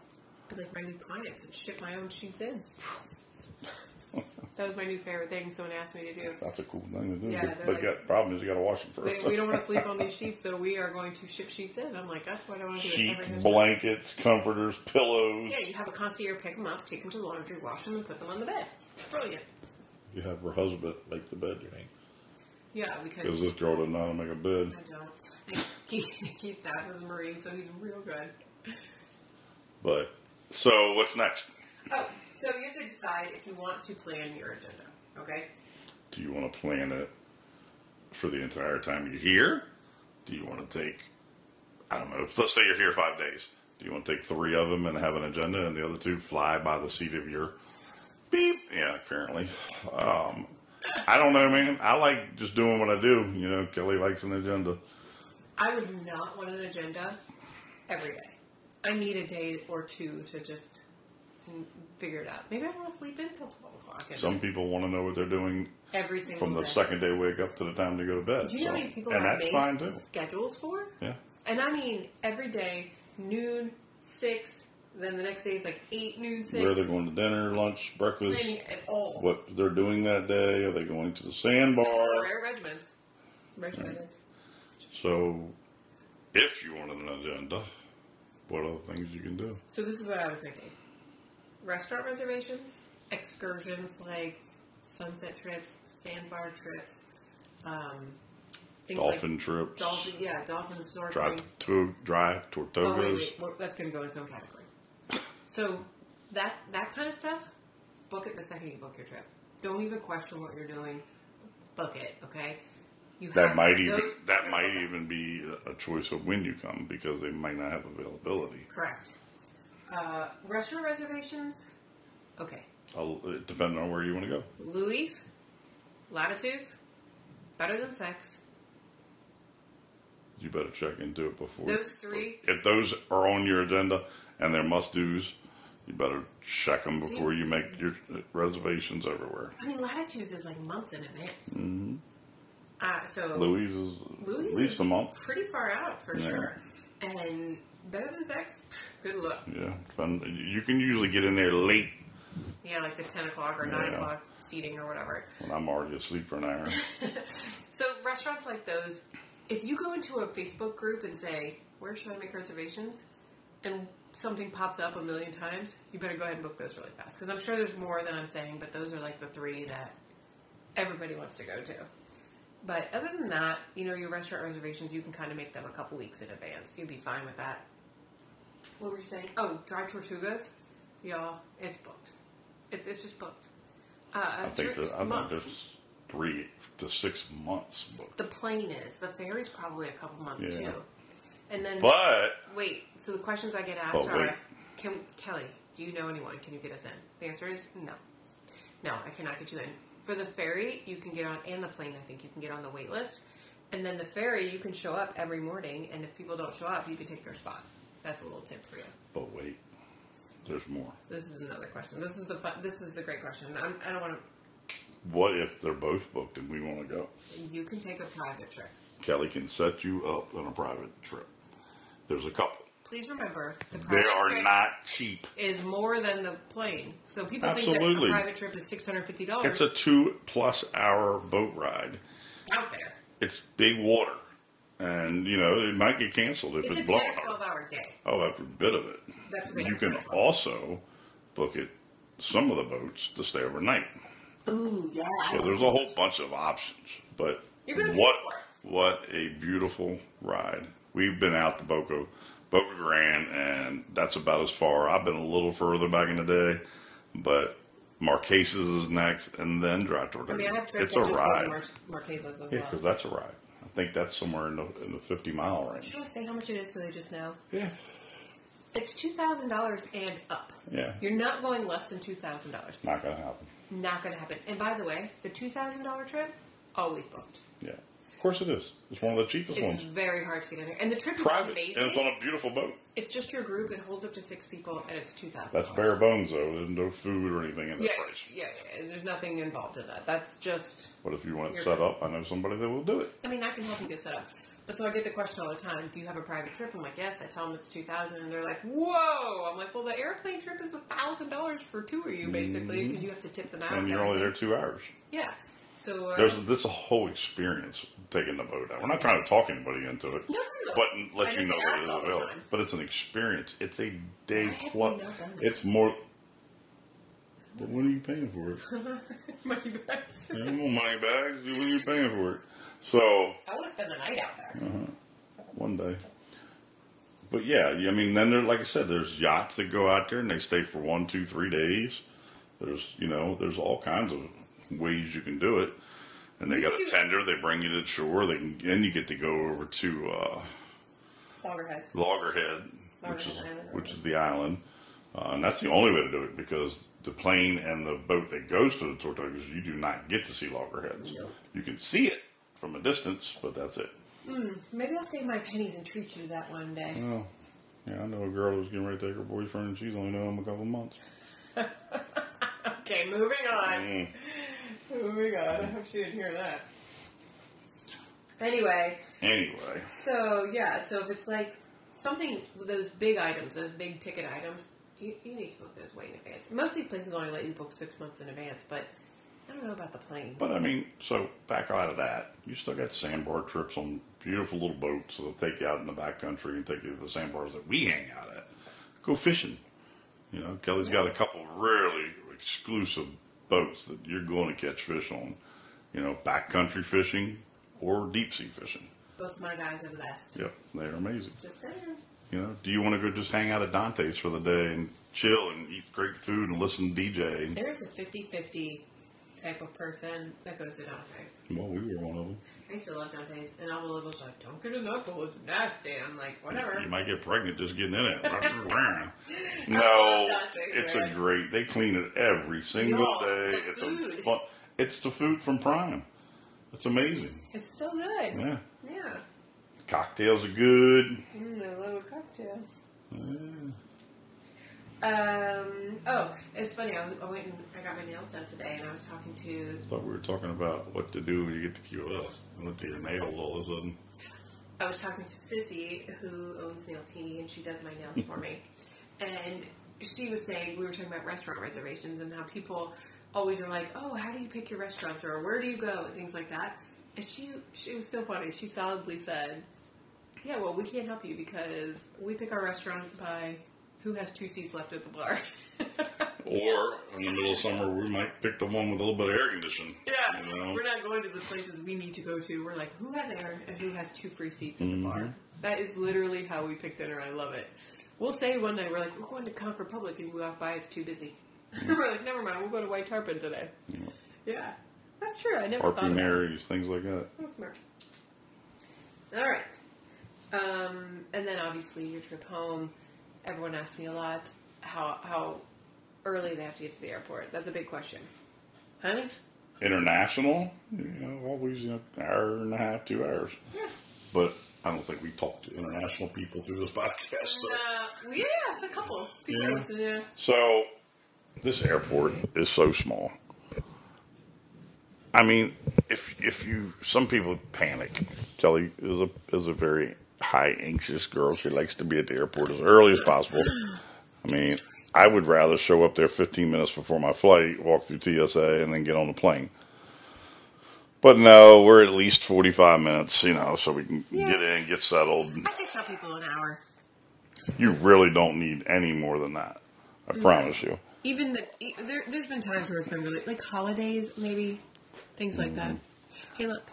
Speaker 3: Like my new clients and ship my own sheets in. that was my new favorite thing someone asked me to do.
Speaker 2: That's a cool thing to do.
Speaker 3: Yeah,
Speaker 2: but
Speaker 3: they're
Speaker 2: but
Speaker 3: like-
Speaker 2: got- problem is you got to wash them
Speaker 3: They,
Speaker 2: first.
Speaker 3: we don't want to sleep on these sheets, so we are going to ship sheets in. I'm like, that's what I want to do. it every
Speaker 2: sheets,
Speaker 3: time.
Speaker 2: blankets, comforters, pillows.
Speaker 3: Yeah, you have a concierge pick them up, take them to the laundry, wash them, and put them on the bed. Brilliant.
Speaker 2: You have her husband make the bed. You
Speaker 3: Yeah,
Speaker 2: because
Speaker 3: because
Speaker 2: this girl doesn't know how to make a bed.
Speaker 3: I don't. He, he's dad was a Marine, so he's real good.
Speaker 2: But so what's next?
Speaker 3: Oh, so you have to decide if you want to plan your agenda, okay?
Speaker 2: Do you want to plan it for the entire time you're here? Do you want to take, I don't know, if, let's say you're here five days. Do you want to take three of them and have an agenda and the other two fly by the seat of your beep? Yeah, apparently. Um, I don't know, man. I like just doing what I do. You know, Kelly likes an agenda.
Speaker 3: I would not want an agenda every day. I need a day or two to just mm, figure it out. Maybe I want to sleep in till 12 o'clock and
Speaker 2: Some people want to know what they're doing
Speaker 3: every single
Speaker 2: from the
Speaker 3: day.
Speaker 2: second they wake up to the time they go to bed.
Speaker 3: Do you know how
Speaker 2: So-
Speaker 3: many people
Speaker 2: and
Speaker 3: I
Speaker 2: that's
Speaker 3: make
Speaker 2: fine too.
Speaker 3: schedules for?
Speaker 2: Yeah.
Speaker 3: And I mean every day, noon, 6, then the next day it's like 8, noon, 6.
Speaker 2: Where they're going to dinner, lunch, breakfast.
Speaker 3: I mean, at all.
Speaker 2: what they're doing that day. Are they going to the sandbar?
Speaker 3: Rare regimen. Regimented.
Speaker 2: So, if you wanted an agenda, what other things you can do?
Speaker 3: So this is what I was thinking: restaurant reservations, excursions like sunset trips, sandbar trips, um, things
Speaker 2: Dolphin
Speaker 3: like
Speaker 2: trips.
Speaker 3: dolphin, yeah, dolphin snorkeling.
Speaker 2: Dry, to, dry
Speaker 3: oh wait,
Speaker 2: tortugas.
Speaker 3: wait, well, that's going to go in its own category. So that that kind of stuff, book it the second you book your trip. Don't even question what you're doing. Book it, okay? You
Speaker 2: That might
Speaker 3: those-
Speaker 2: even that might even be a choice of when you come because they might not have availability.
Speaker 3: correct. Uh, restaurant reservations, okay.
Speaker 2: I'll- It depends on where you want to go.
Speaker 3: Louis, latitudes, better than sex.
Speaker 2: You better check into it before.
Speaker 3: Those three.
Speaker 2: If those are on your agenda and they're must dos, you better check them before you make your reservations everywhere.
Speaker 3: I mean, latitudes is like months in advance. Mm-hmm. Uh, so
Speaker 2: Louise is
Speaker 3: Louis
Speaker 2: at least
Speaker 3: is
Speaker 2: a month.
Speaker 3: pretty far out for
Speaker 2: Yeah.
Speaker 3: sure. And better than sex, good luck.
Speaker 2: Yeah, fun. you can usually get in there late
Speaker 3: Yeah, like the ten o'clock or nine
Speaker 2: Yeah.
Speaker 3: o'clock seating or whatever.
Speaker 2: when I'm already asleep for an hour.
Speaker 3: So restaurants like those, if you go into a Facebook group and say, "Where should I make reservations?" and something pops up a million times, you better go ahead and book those really fast because I'm sure there's more than I'm saying, but those are like the three that everybody wants to go to. But other than that, you know, your restaurant reservations, you can kind of make them a couple weeks in advance. You'd be fine with that. What were you saying? Oh, dry tortugas, y'all, it's booked. It, it's just booked. Uh,
Speaker 2: I think there's, I think
Speaker 3: months
Speaker 2: there's three to six months booked.
Speaker 3: the plane is. The ferry's probably a couple months
Speaker 2: Yeah.
Speaker 3: too. And then
Speaker 2: But
Speaker 3: wait. So the questions I get asked
Speaker 2: But
Speaker 3: are:
Speaker 2: wait.
Speaker 3: Can Kelly? Do you know anyone? Can you get us in? The answer is no. No, I cannot get you in. For the ferry, you can get on, and the plane, I think you can get on the wait list. And then the ferry, you can show up every morning, and if people don't show up, you can take their spot. That's a little tip for you.
Speaker 2: but wait, There's more.
Speaker 3: This is another question. This is the fun, this is the great question. I'm, I don't want to.
Speaker 2: What if they're both booked and we want to go?
Speaker 3: You can take a private trip.
Speaker 2: Kelly can set you up on a private trip. There's a couple.
Speaker 3: Please remember, the
Speaker 2: They
Speaker 3: private
Speaker 2: are
Speaker 3: trip
Speaker 2: not cheap.
Speaker 3: is more than the plane. So people think that
Speaker 2: Absolutely.
Speaker 3: a private trip is six hundred fifty dollars
Speaker 2: It's a two plus hour boat ride.
Speaker 3: out there.
Speaker 2: It's big water. And, you know, it might get canceled if
Speaker 3: It's
Speaker 2: it's
Speaker 3: a
Speaker 2: blowing.
Speaker 3: 10
Speaker 2: hard.
Speaker 3: 12 hour day.
Speaker 2: Oh, every bit of it.
Speaker 3: That's
Speaker 2: You can
Speaker 3: ridiculous.
Speaker 2: also book it, some of the boats, to stay overnight.
Speaker 3: Ooh, yeah.
Speaker 2: So there's a whole bunch of options. But
Speaker 3: Oh. You're gonna pay
Speaker 2: what
Speaker 3: for it.
Speaker 2: what a beautiful ride. We've been out to Boca Boca Grande and that's about as far. I've been a little further back in the day, but Marquesas is next and then Dry Tortuga.
Speaker 3: I mean, I have trips
Speaker 2: it's a
Speaker 3: that just go to
Speaker 2: ride.
Speaker 3: Mar- Marquesas as
Speaker 2: Yeah,
Speaker 3: well.
Speaker 2: because that's a ride. I think that's somewhere in the, in the 50 mile range.
Speaker 3: Should I say how much it is so they just know?
Speaker 2: Yeah.
Speaker 3: It's two thousand dollars and up.
Speaker 2: Yeah.
Speaker 3: You're not going less than two thousand dollars.
Speaker 2: Not going to happen.
Speaker 3: Not going to happen. And by the way, the two thousand dollar trip always booked.
Speaker 2: Yeah. Of course it is. It's one of the cheapest
Speaker 3: It's
Speaker 2: ones.
Speaker 3: very hard to get in there, and the trip
Speaker 2: Private.
Speaker 3: is amazing.
Speaker 2: And it's on a beautiful boat.
Speaker 3: It's just your group. It holds up to six people, and it's two thousand.
Speaker 2: That's bare bones, though. There's no food or anything in that
Speaker 3: Yeah,
Speaker 2: price.
Speaker 3: yeah, yeah. There's nothing involved in that. That's just.
Speaker 2: But if you want it
Speaker 3: You're-
Speaker 2: set up, I know somebody that will do it.
Speaker 3: I mean, I can help you get set up. But so I get the question all the time: Do you have a private trip? I'm like, yes. I tell them it's two thousand, and they're like, whoa. Oh, I'm like, well, the airplane trip is a thousand dollars for two of you, basically, because you have to tip them out.
Speaker 2: Mm-hmm. And you're only there two hours.
Speaker 3: Yeah. So uh,
Speaker 2: There's this whole experience taking the boat out. We're not trying to talk anybody into it,
Speaker 3: No, no, no.
Speaker 2: but
Speaker 3: I
Speaker 2: let you
Speaker 3: just
Speaker 2: know
Speaker 3: get
Speaker 2: what
Speaker 3: asked
Speaker 2: is
Speaker 3: all the
Speaker 2: available.
Speaker 3: time.
Speaker 2: But it's an experience. It's a day
Speaker 3: have
Speaker 2: plus.
Speaker 3: we not done that?
Speaker 2: It's more. But when are you paying for it?
Speaker 3: money bags.
Speaker 2: You want money bags. When are you paying for it? So
Speaker 3: I want to spend the night out there.
Speaker 2: one day. But yeah, I mean, then there, like I said, there's yachts that go out there and they stay for one, two, three days. There's, you know, there's all kinds of ways you can do it. And they got a tender, they bring you to shore, they can, and you get to go over to uh,
Speaker 3: Loggerheads.
Speaker 2: Loggerhead, which is
Speaker 3: Loggerhead Island.
Speaker 2: which is the island, uh, and that's the only way to do it because the plane and the boat that goes to the Tortugas, you do not get to see Loggerheads.
Speaker 3: Nope.
Speaker 2: You can see it from a distance, but that's it.
Speaker 3: Maybe I'll save my pennies and treat you that one day.
Speaker 2: Oh, yeah, I know a girl who's getting ready to take her boyfriend, and she's only known him a couple months.
Speaker 3: Okay, moving on.
Speaker 2: Mm,
Speaker 3: Moving on. I hope she didn't hear that. Anyway,
Speaker 2: Anyway,
Speaker 3: so yeah, so if it's like something with those big items, those big ticket items, you, you need to book those way in advance. Most of these places only let you book six months in advance, but I don't know about the plane.
Speaker 2: but I mean, so back out of that, you still got sandbar trips on beautiful little boats that'll take you out in the back country and take you to the sandbars that we hang out at. Go fishing. You know, Kelly's got a couple really exclusive boats that you're going to catch fish on. You know, backcountry fishing or deep sea fishing.
Speaker 3: Both my guys are the best.
Speaker 2: Yep, they're amazing.
Speaker 3: Just saying.
Speaker 2: You know, do you want to go just hang out at Dante's for the day and chill and eat great food and listen to DJ? And,
Speaker 3: There's a 50-50 type of person that goes to Dante's.
Speaker 2: well, we were one of them.
Speaker 3: I used to love Dante's, and all the locals were like, "Don't get in that pool; it's nasty." I'm like, "Whatever."
Speaker 2: You might get pregnant just getting in it.
Speaker 3: I love
Speaker 2: no,
Speaker 3: Dante's,
Speaker 2: it's a
Speaker 3: man.
Speaker 2: great. They clean it every single
Speaker 3: No,
Speaker 2: day.
Speaker 3: the
Speaker 2: It's
Speaker 3: food.
Speaker 2: a fun. It's the food from Prime. It's amazing.
Speaker 3: It's so good.
Speaker 2: Yeah,
Speaker 3: Yeah.
Speaker 2: cocktails are good.
Speaker 3: Mm, I love a cocktail. Um. Oh, it's funny. I, I went and I got my nails done today, and I was talking to.
Speaker 2: I thought we were talking about what to do when you get to QS. I went to your nails all of a sudden.
Speaker 3: I was talking to Sissy, who owns Nailtini, and she does my nails for me. And she was saying we were talking about restaurant reservations and how people always are like, "Oh, how do you pick your restaurants?" or "Where do you go?" and things like that. And she she was so funny. She solidly said, "Yeah, well, we can't help you because we pick our restaurants by who has two seats left at the bar."
Speaker 2: Or in the middle of summer, we might pick the one with a little bit of air conditioning.
Speaker 3: Yeah,
Speaker 2: you know?
Speaker 3: we're not going to the places we need to go to. We're like, who has air and who has two free seats in the
Speaker 2: Mm-hmm.
Speaker 3: bar? That is literally how we pick dinner. I love it. We'll say one night we're like, we're going to Conk Republic, and we walk by, it's too busy. we're like, never mind, we'll go to White Tarpon today. Yeah, that's true. I never thought
Speaker 2: RP
Speaker 3: of that.
Speaker 2: Marys, things like that.
Speaker 3: That's smart. All right. Um, and then obviously your trip home. Everyone asks me a lot how how early they have to get to the airport. That's a big question. Honey?
Speaker 2: International, you know, always you know, hour and a half, two hours. But I don't think we talked to international people through this podcast. So.
Speaker 3: Uh, yeah, it's a couple.
Speaker 2: Yeah.
Speaker 3: yeah.
Speaker 2: So, this airport is so small. I mean, if if you some people panic. Kelly is a is a very high anxious girl. She likes to be at the airport as early as possible. I mean, I would rather show up there 15 minutes before my flight, walk through TSA, and then get on the plane. But no, we're at least 45 minutes, you know, so we can
Speaker 3: Yeah.
Speaker 2: get in, get settled.
Speaker 3: I just tell people an hour.
Speaker 2: You really don't need any more than that. I promise you.
Speaker 3: Even the e- there, there's been times where it's been really like holidays, maybe things like that. Hey, look,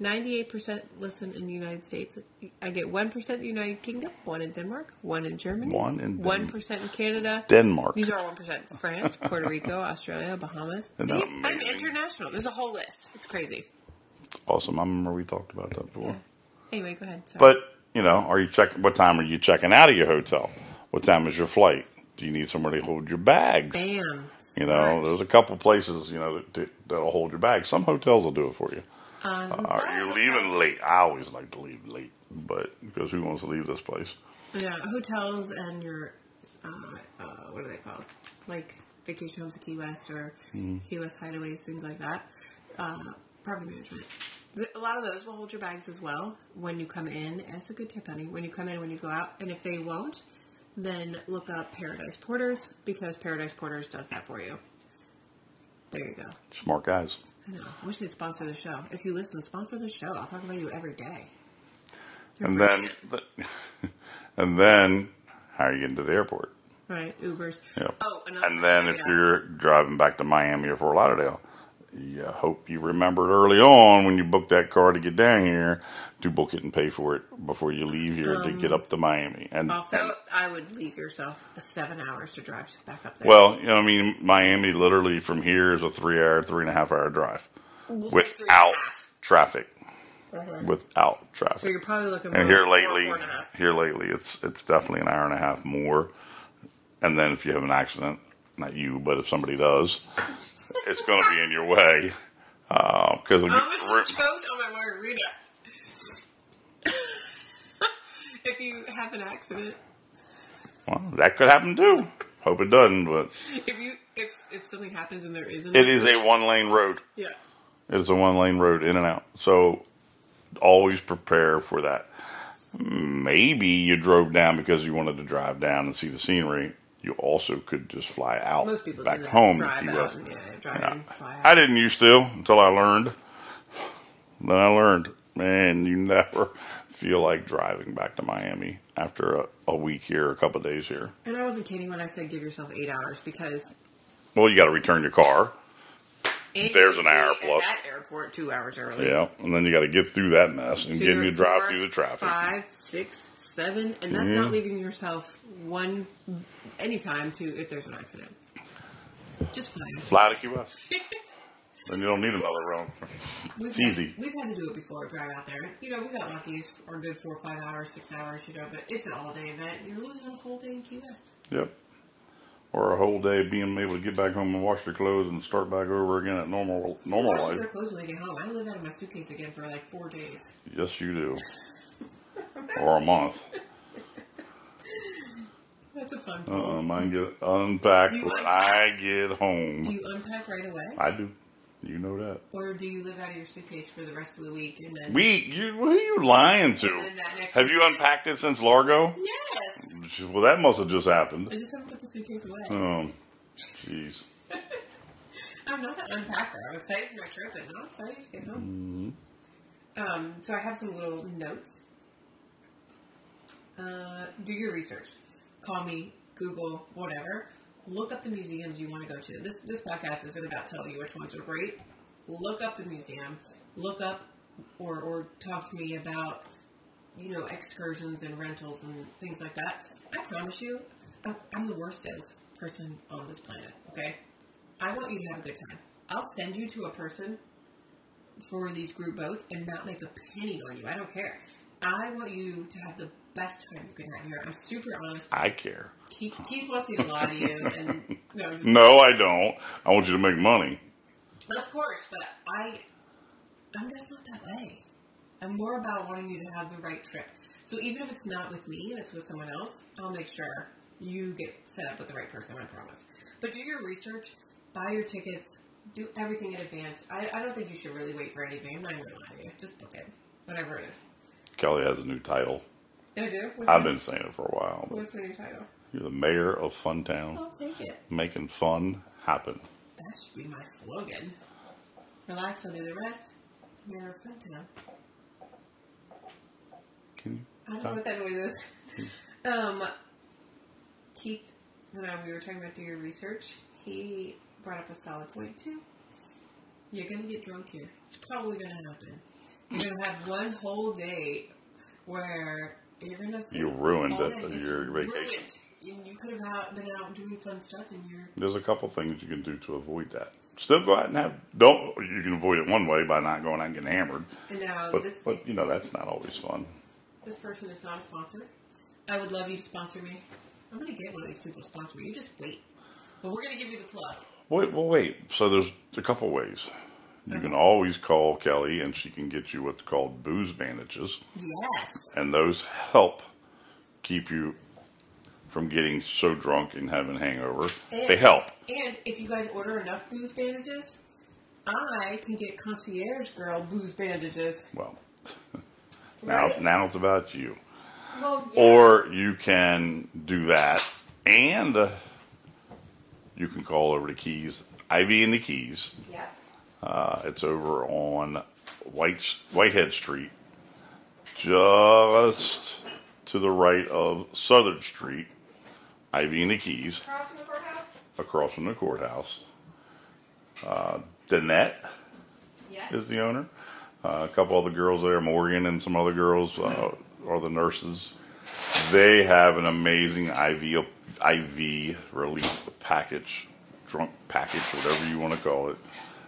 Speaker 3: ninety-eight percent listen in the United States. I get one percent United Kingdom, one in Denmark, one in Germany,
Speaker 2: One in Den-
Speaker 3: one percent in Canada.
Speaker 2: Denmark.
Speaker 3: These are one percent: France, Puerto Rico, Australia, Bahamas.
Speaker 2: Isn't
Speaker 3: See,
Speaker 2: that
Speaker 3: I'm
Speaker 2: amazing?
Speaker 3: international. There's a whole list. It's crazy.
Speaker 2: Awesome. I remember we talked about that before.
Speaker 3: Anyway, go ahead. Sorry.
Speaker 2: But you know, are you checking? What time are you checking out of your hotel? What time is your flight? Do you need somewhere to hold your bags?
Speaker 3: bam,
Speaker 2: You know, there's a couple places you know that, that- that'll hold your bags. Some hotels will do it for you.
Speaker 3: Um,
Speaker 2: Are you
Speaker 3: hotels-
Speaker 2: leaving late? I always like to leave late, but because who wants to leave this place?
Speaker 3: Yeah, uh, hotels and your uh, uh, what are they called? Like vacation homes at Key West or Key West hideaways, things like that. Uh, property management. Th- A lot of those will hold your bags as well when you come in. And it's a good tip, honey. When you come in, when you go out, and if they won't, then look up Paradise Porters because Paradise Porters does that for you. There you go.
Speaker 2: Smart guys.
Speaker 3: I know. I wish they'd sponsor the show. If you listen, sponsor the show. I'll talk about you every day.
Speaker 2: And then, the, and then, how are you getting to the airport?
Speaker 3: Right, Ubers.
Speaker 2: Yep.
Speaker 3: Oh, another
Speaker 2: and then
Speaker 3: thing
Speaker 2: if
Speaker 3: I asked-
Speaker 2: you're driving back to Miami or Fort Lauderdale, you hope you remembered early on when you booked that car to get down here to book it and pay for it before you leave here to get up to Miami. And
Speaker 3: Um, Also, I would leave yourself seven hours to drive back up there.
Speaker 2: well, you know, I mean, Miami literally from here is a three-hour, three and a half hour drive without traffic. Without traffic.
Speaker 3: Mm-hmm. so you're probably looking.
Speaker 2: And
Speaker 3: more
Speaker 2: here
Speaker 3: four,
Speaker 2: lately,
Speaker 3: four and a half.
Speaker 2: here lately, it's it's definitely an hour and a half more. And then if you have an accident, not you, but if somebody does, it's going to be in your way Uh, because
Speaker 3: I almost just choked on my margarita. if you have an accident,
Speaker 2: well, that could happen too. Hope it doesn't, but
Speaker 3: if you if if something happens and there isn't,
Speaker 2: it is a one lane road.
Speaker 3: yeah.
Speaker 2: It's a one lane road in and out. So always prepare for that. Maybe you drove down because you wanted to drive down and see the scenery. You also could just fly out
Speaker 3: Most people do
Speaker 2: back
Speaker 3: that.
Speaker 2: home to
Speaker 3: drive
Speaker 2: Key
Speaker 3: out
Speaker 2: West.
Speaker 3: and, yeah, drive
Speaker 2: Yeah.
Speaker 3: in, fly out.
Speaker 2: I didn't used to until I learned. Then I learned, man, you never feel like driving back to Miami after a, a week here, a couple of days here.
Speaker 3: and I wasn't kidding when I said give yourself eight hours because
Speaker 2: Well, you got to return your car.
Speaker 3: it-
Speaker 2: There's an hour
Speaker 3: at
Speaker 2: plus.
Speaker 3: that airport two hours early.
Speaker 2: Yeah. And then you got to get through that mess and
Speaker 3: Two,
Speaker 2: get in your drive
Speaker 3: four,
Speaker 2: through the traffic. Mm-hmm.
Speaker 3: Five, six, seven, and that's not leaving yourself one any time to if there's an accident. Just fine.
Speaker 2: Fly to Key West. then you don't need another room.
Speaker 3: It's
Speaker 2: easy.
Speaker 3: We've had to do it before, drive out there. You know, we got lucky or good four, five hours, six hours, you know, but it's an all day event. You're losing a whole day in Key West.
Speaker 2: Yep. Or a whole day being able to get back home and wash your clothes and start back over again at normal normal
Speaker 3: I'll
Speaker 2: life.
Speaker 3: their clothes when I get home. I live out of my suitcase again for like four days.
Speaker 2: Yes, you do. or a month.
Speaker 3: That's a fun part.
Speaker 2: Uh-uh, mine get unpacked
Speaker 3: Do you
Speaker 2: when
Speaker 3: like
Speaker 2: I get
Speaker 3: Do
Speaker 2: home.
Speaker 3: you unpack right away?
Speaker 2: I do. You know that.
Speaker 3: Or do you live out of your suitcase for the rest of the week and then
Speaker 2: We, you, who are you lying to?
Speaker 3: then that next
Speaker 2: Have you unpacked it since Largo?
Speaker 3: Yes.
Speaker 2: Well, that must have just
Speaker 3: I
Speaker 2: happened.
Speaker 3: just haven't put the suitcase away.
Speaker 2: Um, jeez.
Speaker 3: I'm not an unpacker. I'm excited for my trip, and I'm excited to get home. Um, so I have some little notes. Uh, do your research. Call me, Google, whatever. Look up the museums you want to go to. This this podcast isn't about telling you which ones are great. Look up the museum. Look up or or talk to me about you know excursions and rentals and things like that. I promise you, I'm, I'm the worst sales person on this planet. Okay, I want you to have a good time. I'll send you to a person for these group boats and not make a penny on you. I don't care. I want you to have the best time you can have here. I'm super honest.
Speaker 2: I care.
Speaker 3: Keith, Keith wants me to lie to you, and no, I'm just-
Speaker 2: No, I don't. I want you to make money.
Speaker 3: of course, but I, I'm just not that way. I'm more about wanting you to have the right trip. So even if it's not with me and it's with someone else, I'll make sure you get set up with the right person, I promise. But do your research, buy your tickets, do everything in advance. I, I don't think you should really wait for anything. I'm not going to lie to you. Just book it, whatever it is.
Speaker 2: Kelly has a new title.
Speaker 3: I do. What's
Speaker 2: I've
Speaker 3: my-
Speaker 2: been saying it for a while. But
Speaker 3: What's my new title?
Speaker 2: you're the mayor of Funtown,
Speaker 3: I'll take it.
Speaker 2: making fun happen.
Speaker 3: That should be my slogan. Relax, I'll do the rest. You're a friend now.
Speaker 2: Can
Speaker 3: I
Speaker 2: you?
Speaker 3: don't know what that noise is. Um, Keith, when I- we were talking about do your research, he brought up a solid point too. You're gonna get drunk here. It's probably gonna happen. You're gonna have one whole day where you're gonna. sleep
Speaker 2: You ruined
Speaker 3: all
Speaker 2: it,
Speaker 3: day. It's
Speaker 2: your
Speaker 3: ruined.
Speaker 2: vacation.
Speaker 3: And you could have out, been out doing fun stuff, and you're
Speaker 2: There's a couple things you can do to avoid that. Still go out and have. Don't you can avoid it one way by not going out and getting hammered,
Speaker 3: and now
Speaker 2: but
Speaker 3: Oh, this
Speaker 2: but you know that's not always fun.
Speaker 3: this person is not a sponsor. I would love you to sponsor me. I'm gonna get one of these people to sponsor me. You just wait. But we're gonna give you the plug.
Speaker 2: Wait, well, wait. So there's a couple ways. You can
Speaker 3: Uh-huh.
Speaker 2: always call Kelly, and she can get you what's called booze bandages,
Speaker 3: Yes.
Speaker 2: and those help keep you from getting so drunk and having hangover. They help.
Speaker 3: And if you guys order enough booze bandages, I can get concierge girl booze bandages.
Speaker 2: Well, now
Speaker 3: Right?
Speaker 2: now it's about you.
Speaker 3: Well, yeah.
Speaker 2: Or you can do that, and uh, you can call over to Keys, Ivy and the Keys.
Speaker 3: yeah.
Speaker 2: Uh, it's over on White Whitehead Street, just to the right of Southern Street, Ivy and the Keys,
Speaker 3: Crossing the courthouse.
Speaker 2: across from the courthouse. Uh, Danette
Speaker 3: Yeah.
Speaker 2: is the owner. Uh, a couple other girls there, Morgan and some other girls uh, are the nurses. They have an amazing IV IV relief package, drunk package, whatever you want to call it.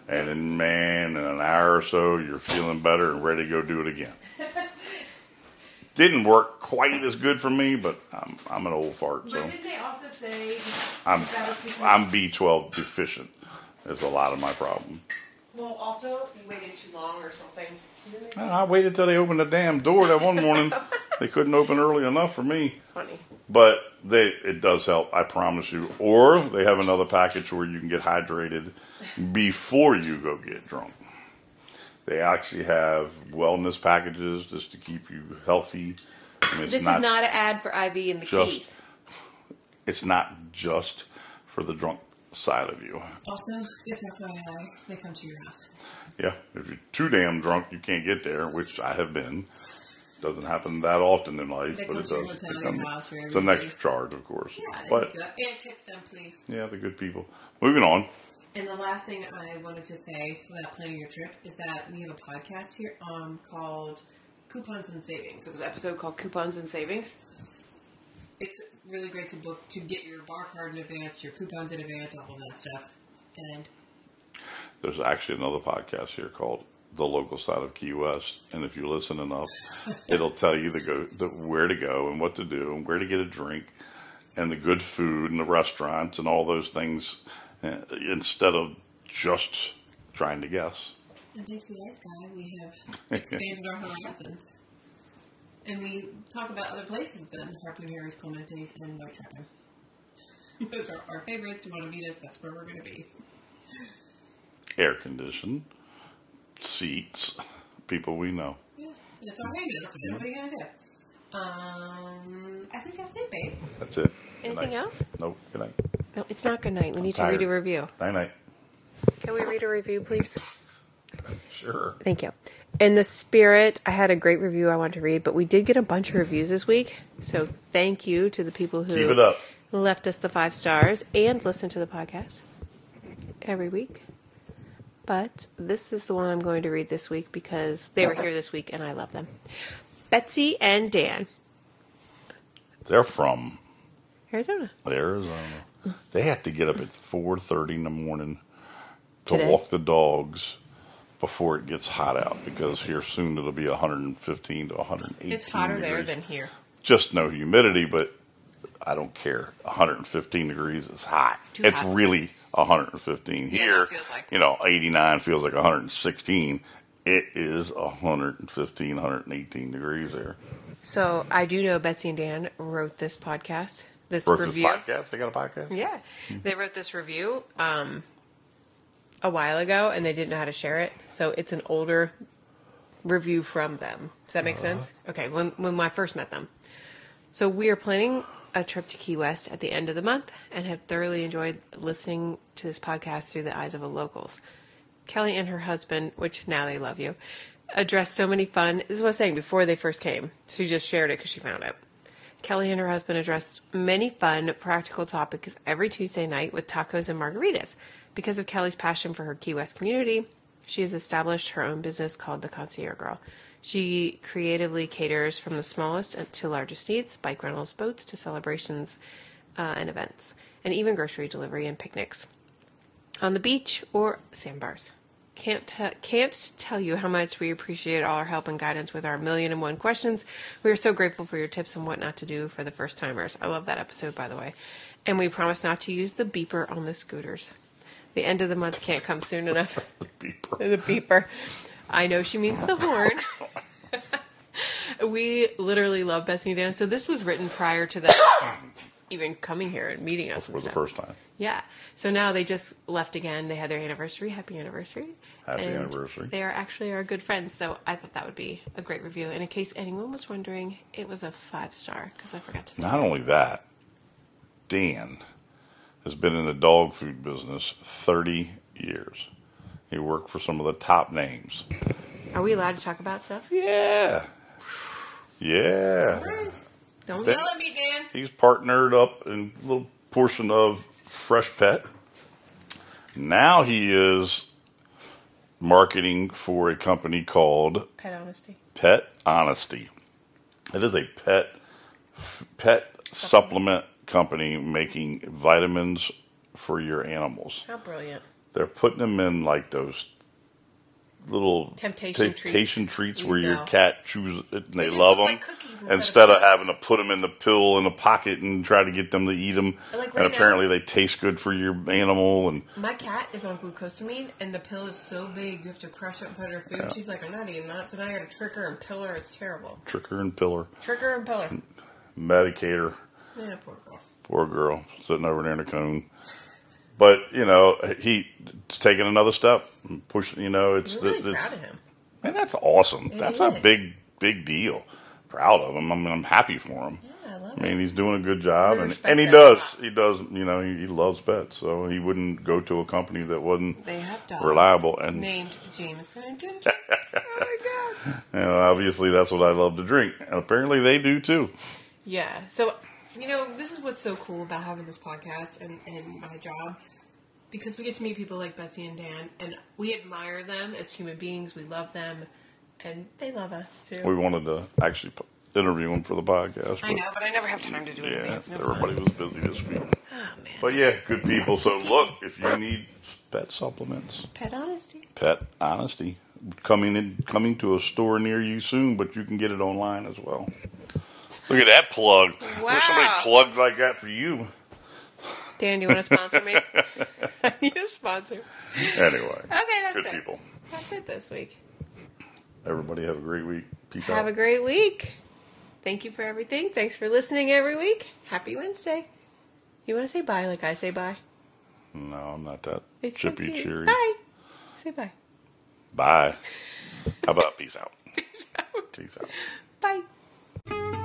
Speaker 2: And in man, in an hour or so, you're feeling better and ready to go do it again. Didn't work quite as good for me, but I'm I'm an old fart, so
Speaker 3: they also say
Speaker 2: I'm
Speaker 3: that was because-
Speaker 2: I'm B12 deficient. Is a lot of my problem.
Speaker 3: well, also you waited too long or something? Really
Speaker 2: And I waited till they opened the damn door that one morning. they couldn't open early enough for me.
Speaker 3: funny.
Speaker 2: But they it does help, I promise you. Or they have another package where you can get hydrated before you go get drunk. They actually have wellness packages just to keep you healthy. I mean, it's
Speaker 1: This
Speaker 2: not,
Speaker 1: is not an ad for Ivy and the
Speaker 2: just
Speaker 1: Keith.
Speaker 2: it's not just for the drunk side of you.
Speaker 3: Also, just FYI, they come to your house.
Speaker 2: Yeah, if you're too damn drunk, you can't get there, which I have been. Doesn't happen that often in life,
Speaker 3: They
Speaker 2: but
Speaker 3: come
Speaker 2: it
Speaker 3: to your
Speaker 2: does.
Speaker 3: hotel,
Speaker 2: It
Speaker 3: your
Speaker 2: comes-
Speaker 3: house, your
Speaker 2: it's an
Speaker 3: everything.
Speaker 2: extra charge, of course.
Speaker 3: Yeah, they
Speaker 2: but
Speaker 3: pick you up. and tip them, please.
Speaker 2: yeah, the good people. Moving on.
Speaker 3: And the last thing I wanted to say about planning your trip is that we have a podcast here um, called Coupons and Savings. It was an episode called Coupons and Savings. It's really great to book to get your bar card in advance, your coupons in advance, all of that stuff. And
Speaker 2: There's actually another podcast here called "The Local Side of Key West," and if you listen enough, it'll tell you the go the, where to go and what to do and where to get a drink and the good food and the restaurants and all those things uh, instead of just trying to guess.
Speaker 3: and thanks to the ice guy, we have expanded our horizons. And we talk about other places than Harpoon Harry's, Clemente's, and White Trapper. Those are our favorites. You want to meet us? That's where we're going to be.
Speaker 2: air conditioned seats, people we know.
Speaker 3: Yeah, that's all right. That's what are you gonna do? Um, I think that's it, babe.
Speaker 2: That's it. Good
Speaker 1: Anything
Speaker 2: night.
Speaker 1: else?
Speaker 2: Nope. Good night.
Speaker 1: No, it's not good night. We need to
Speaker 2: tired.
Speaker 1: read a review.
Speaker 2: Night night.
Speaker 1: Can we read a review, please?
Speaker 2: Sure.
Speaker 1: Thank you. In the spirit, I had a great review I wanted to read, but we did get a bunch of reviews this week. So thank you to the people who
Speaker 2: Keep it up.
Speaker 1: left us the five stars and listened to the podcast every week. But this is the one I'm going to read this week because they were here this week and I love them. Betsy and Dan,
Speaker 2: They're from
Speaker 1: Arizona.
Speaker 2: Arizona. They have to get up at four thirty in the morning to
Speaker 1: Today?
Speaker 2: walk the dogs before it gets hot out because here soon it'll be 115 to 118.
Speaker 1: It's hotter there
Speaker 2: degrees.
Speaker 1: than here.
Speaker 2: just no humidity, but I don't care. 115 degrees is hot.
Speaker 3: Too
Speaker 2: it's
Speaker 3: hot.
Speaker 2: really 115
Speaker 3: Yeah,
Speaker 2: here.
Speaker 3: it feels like-
Speaker 2: You know, 89 feels like 116. It is 115, 118 degrees there.
Speaker 1: So I do know Betsy and Dan wrote this podcast, this
Speaker 2: Versus
Speaker 1: review.
Speaker 2: podcast, they got a podcast.
Speaker 1: Yeah, they wrote this review um, a while ago, and they didn't know how to share it. So it's an older review from them. Does that make sense? Okay, when when I first met them. So we are planning a trip to Key West at the end of the month, and have thoroughly enjoyed listening to this podcast through the eyes of the locals. Kelly and her husband, which now they love you, addressed so many fun. This is what I was saying before they first came. She just shared it because she found it. Kelly and her husband addressed many fun, practical topics every Tuesday night with tacos and margaritas. Because of Kelly's passion for her Key West community, she has established her own business called the Concierge Girl. She creatively caters from the smallest to largest needs, bike rentals, boats to celebrations uh, and events, and even grocery delivery and picnics on the beach or sandbars. Can't t- can't tell you how much we appreciate all our help and guidance with our million and one questions. We are so grateful for your tips on what not to do for the first timers. I love that episode by the way, and we promise not to use the beeper on the scooters. The end of the month can't come soon enough.
Speaker 2: Beeper.
Speaker 1: the beeper. I know she means the horn. we literally love Bethany Dan. So this was written prior to them even coming here and meeting us. and
Speaker 2: For the
Speaker 1: stuff.
Speaker 2: first time.
Speaker 1: Yeah. So now they just left again. They had their anniversary. Happy anniversary.
Speaker 2: Happy
Speaker 1: And
Speaker 2: anniversary.
Speaker 1: They are actually our good friends. So I thought that would be a great review. And in case anyone was wondering, it was a five star because I forgot to say.
Speaker 2: Not only that, Dan has been in the dog food business 30 years. He worked for some of the top names.
Speaker 1: Are we allowed to talk about stuff?
Speaker 2: Yeah. Yeah.
Speaker 1: Don't
Speaker 2: They-
Speaker 1: yell at me.
Speaker 3: Let me, Dan.
Speaker 2: He's partnered up in a little portion of Fresh Pet. Now he is marketing for a company called
Speaker 1: Pet honesty.
Speaker 2: Pet Honesty. It is a pet pet supplement company making vitamins for your animals.
Speaker 1: How brilliant.
Speaker 2: They're putting them in like those little
Speaker 1: Temptation treats.
Speaker 2: temptation treats where
Speaker 1: You
Speaker 2: your
Speaker 1: know.
Speaker 2: cat chews it and they
Speaker 3: just
Speaker 2: love
Speaker 3: look
Speaker 2: them
Speaker 3: like cookies instead of
Speaker 2: instead of,
Speaker 3: cookies.
Speaker 2: having to put them in the pill in the pocket and try to get them to eat them.
Speaker 1: And, like, right
Speaker 2: and
Speaker 1: now-
Speaker 2: apparently they taste good for your animal and
Speaker 3: My cat is on glucosamine, and the pill is so big you have to crush it and put it in her food. She's like, I'm not eating that, so now I gotta trick her and pill her. It's terrible.
Speaker 2: tricker and pillar,
Speaker 3: Trick her and pill her.
Speaker 2: medicator.
Speaker 3: Yeah, poor girl.
Speaker 2: poor girl sitting over there in a coon. But you know, he it's taking another step, and pushing. You know, it's
Speaker 3: I'm
Speaker 2: the,
Speaker 3: really
Speaker 2: it's-
Speaker 3: proud of him.
Speaker 2: man, that's awesome.
Speaker 3: It
Speaker 2: that's a
Speaker 3: is.
Speaker 2: big big deal. Proud of him. I mean, I'm happy for him.
Speaker 3: Yeah, I love
Speaker 2: I
Speaker 3: it.
Speaker 2: mean, he's doing a good job,
Speaker 3: We
Speaker 2: and,
Speaker 3: respect
Speaker 2: and he
Speaker 3: that a
Speaker 2: does.
Speaker 3: lot.
Speaker 2: He does. You know, he, he loves pets, so he wouldn't go to a company that wasn't
Speaker 3: They have dogs.
Speaker 2: reliable. And
Speaker 3: Named Jameson and Ginger. oh my god.
Speaker 2: you know, obviously, that's what I love to drink. And apparently, they do too.
Speaker 3: Yeah. So, you know, this is what's so cool about having this podcast and, and my job because we get to meet people like Betsy and Dan, and we admire them as human beings. We love them, and they love us too.
Speaker 2: We wanted to actually p- interview him for the podcast.
Speaker 3: I know, but I never have time to do
Speaker 2: but,
Speaker 3: anything.
Speaker 2: Yeah,
Speaker 3: It's no fun.
Speaker 2: everybody was busy this week.
Speaker 1: Oh, man.
Speaker 2: But yeah, good people. So look, if you need pet supplements,
Speaker 1: Pet honesty.
Speaker 2: Pet Honesty coming in, coming to a store near you soon, but you can get it online as well. Look at that plug! Wish somebody
Speaker 1: Wow.
Speaker 2: plugged like that for you.
Speaker 1: Dan, do you want to sponsor me? I need a sponsor.
Speaker 2: Anyway, okay,
Speaker 1: that's
Speaker 2: good
Speaker 1: it.
Speaker 2: people.
Speaker 1: That's it this week.
Speaker 2: Everybody have a great week. Peace out.
Speaker 1: Have a great week. Thank you for everything. Thanks for listening every week. Happy Wednesday. You want to say bye like I say bye?
Speaker 2: no, I'm not that
Speaker 1: It's so
Speaker 2: chippy
Speaker 1: cute.
Speaker 2: cheery.
Speaker 1: Bye. Say bye.
Speaker 2: Bye. How about peace out?
Speaker 1: Peace out.
Speaker 2: Peace out.
Speaker 1: Bye.